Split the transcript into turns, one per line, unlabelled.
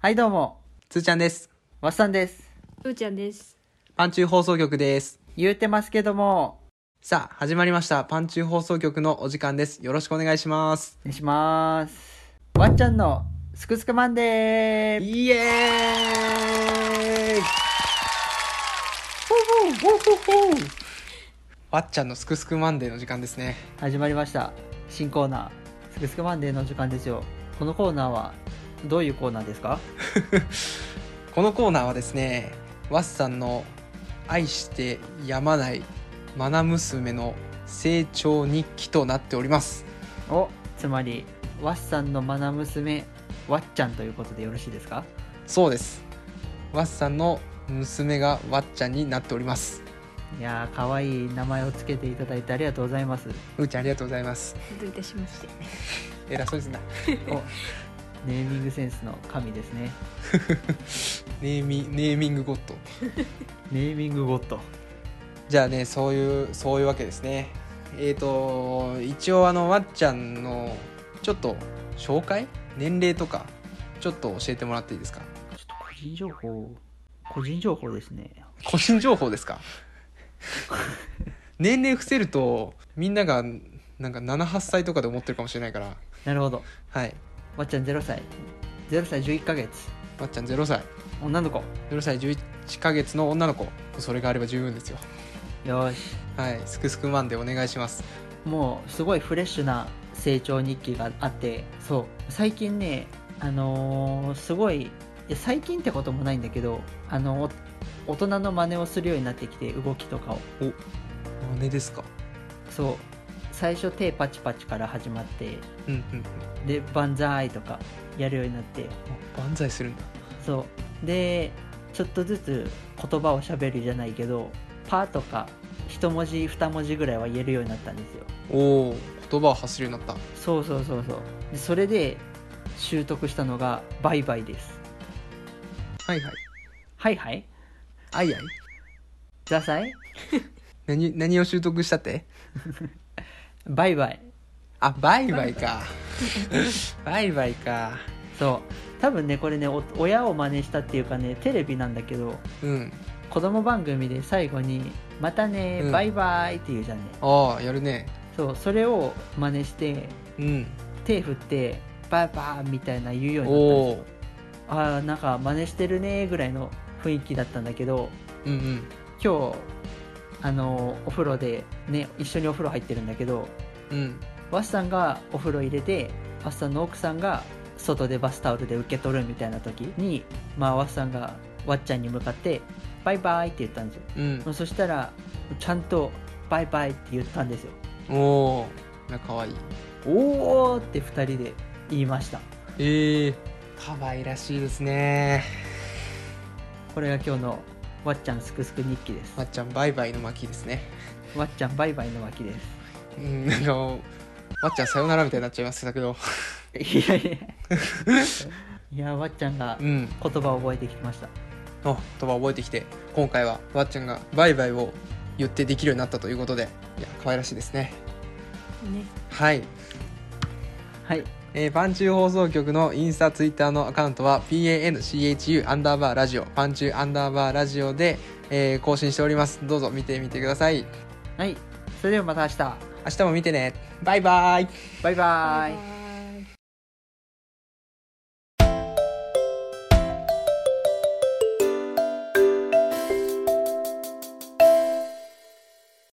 はいどうも、
つーちゃんです。
わっさんです。
うーちゃんです。
パンチュー放送局です。
言うてますけども、
さあ、始まりました。パンチュー放送局のお時間です。よろしくお願いします。
お願いします。わっちゃんのすくすくマンデー
イエーイわっちゃんのすくすくマンデーの時間ですね。
始まりました。新コーナー、すくすくマンデーの時間ですよ。このコーナーは、どういうコーナーですか
このコーナーはですね、わっさんの愛してやまないマナ娘の成長日記となっております。
お、つまり、わっさんのまな娘、わっちゃんということでよろしいですか
そうです。わっさんの娘がわっちゃんになっております。
いやー、かわいい名前をつけていただいてありがとうござい ます。
うーちゃんありがとうございます。
どういたしまして。
偉そうですな。
お、ネーミングセンスの神ですね。
ネーミネーミングゴッド。
ネーミングゴッド。
じゃあね、そういうそういうわけですね。えっ、と一応あのわっちゃんのちょっと紹介、年齢とかちょっと教えてもらっていいですか。
ちょっと個人情報、個人情報ですね。
個人情報ですか。年齢伏せるとみんながなんか7、8歳とかで思ってるかもしれないから。
なるほど。
はい。
わっちゃん0歳。0歳11ヶ月。
わっちゃん0歳、
女の子。
0歳11ヶ月の女の子。それがあれば十分ですよ。
よーし。
はい。すくすくマンでお願いします。
もうすごいフレッシュな成長日記があって、そう。最近ね、あのーすごい、いや最近ってこともないんだけど、あの、お大人の真似をするようになってきて、動きとかを。
おねですか。
そう。最初手パチパチから始まって、
うんうんうん。
で、バンザーイとかやるようになって、
あ万歳するんだ。
そうでちょっとずつ言葉をしゃべるじゃないけど「パ」とか一文字二文字ぐらいは言えるようになったんですよ
おお言葉を発するようになっ
そうそうそうそうでそれで習得したのが「バイバイ」です
たはいはい
はいはい
あいあい
ザサイ
何何を習得したって
バイバイ
あバイバイ かバイバイか
そう多分ねこれねお親を真似したっていうかねテレビなんだけど
うん
子供番組で最後に「またね、
うん
バイバイ」って言うじゃんね
ああやるね
そうそれを真似して
うん
手振って「バイバイ」みたいな言うようになったんです
お
よ
お
あーなんか真似してるねぐらいの雰囲気だったんだけど
うんうん
今日あのーお風呂でね一緒にお風呂入ってるんだけど
うん
ワッさんがお風呂入れてワッさんの奥さんが外でバスタオルで受け取るみたいな時に、まあ、ワッさんがワッちゃんに向かって「バイバイ」って言ったんですよ
うん
そしたらちゃんと「バイバイ」って言ったんですよ
おおなかわいい
おーって2人で言いました
ええかわいらしいですね
これが今日のワッちゃんすくすく日記です
まっちゃんバイバイの巻ですね
ワッちゃんバイバイの脇です
うんなんかまっちゃんさよならみたいになっちゃいましたけど
いやいやいやわっちゃんが
うん
言葉を覚えてきました
あ言葉覚えてきて今回はわっちゃんがバイバイを言ってできるようになったということでいや可愛らしいですね
ね。
はい、
はい
えーパンチュー放送局のインスタツイッターのアカウントは PANCHU アンダーバーラジオパンチューアンダーバーラジオで、えー更新しておりますどうぞ見てみてください
はいそれではまた明日
明日も見てねバイバイ
バイバイ
イ。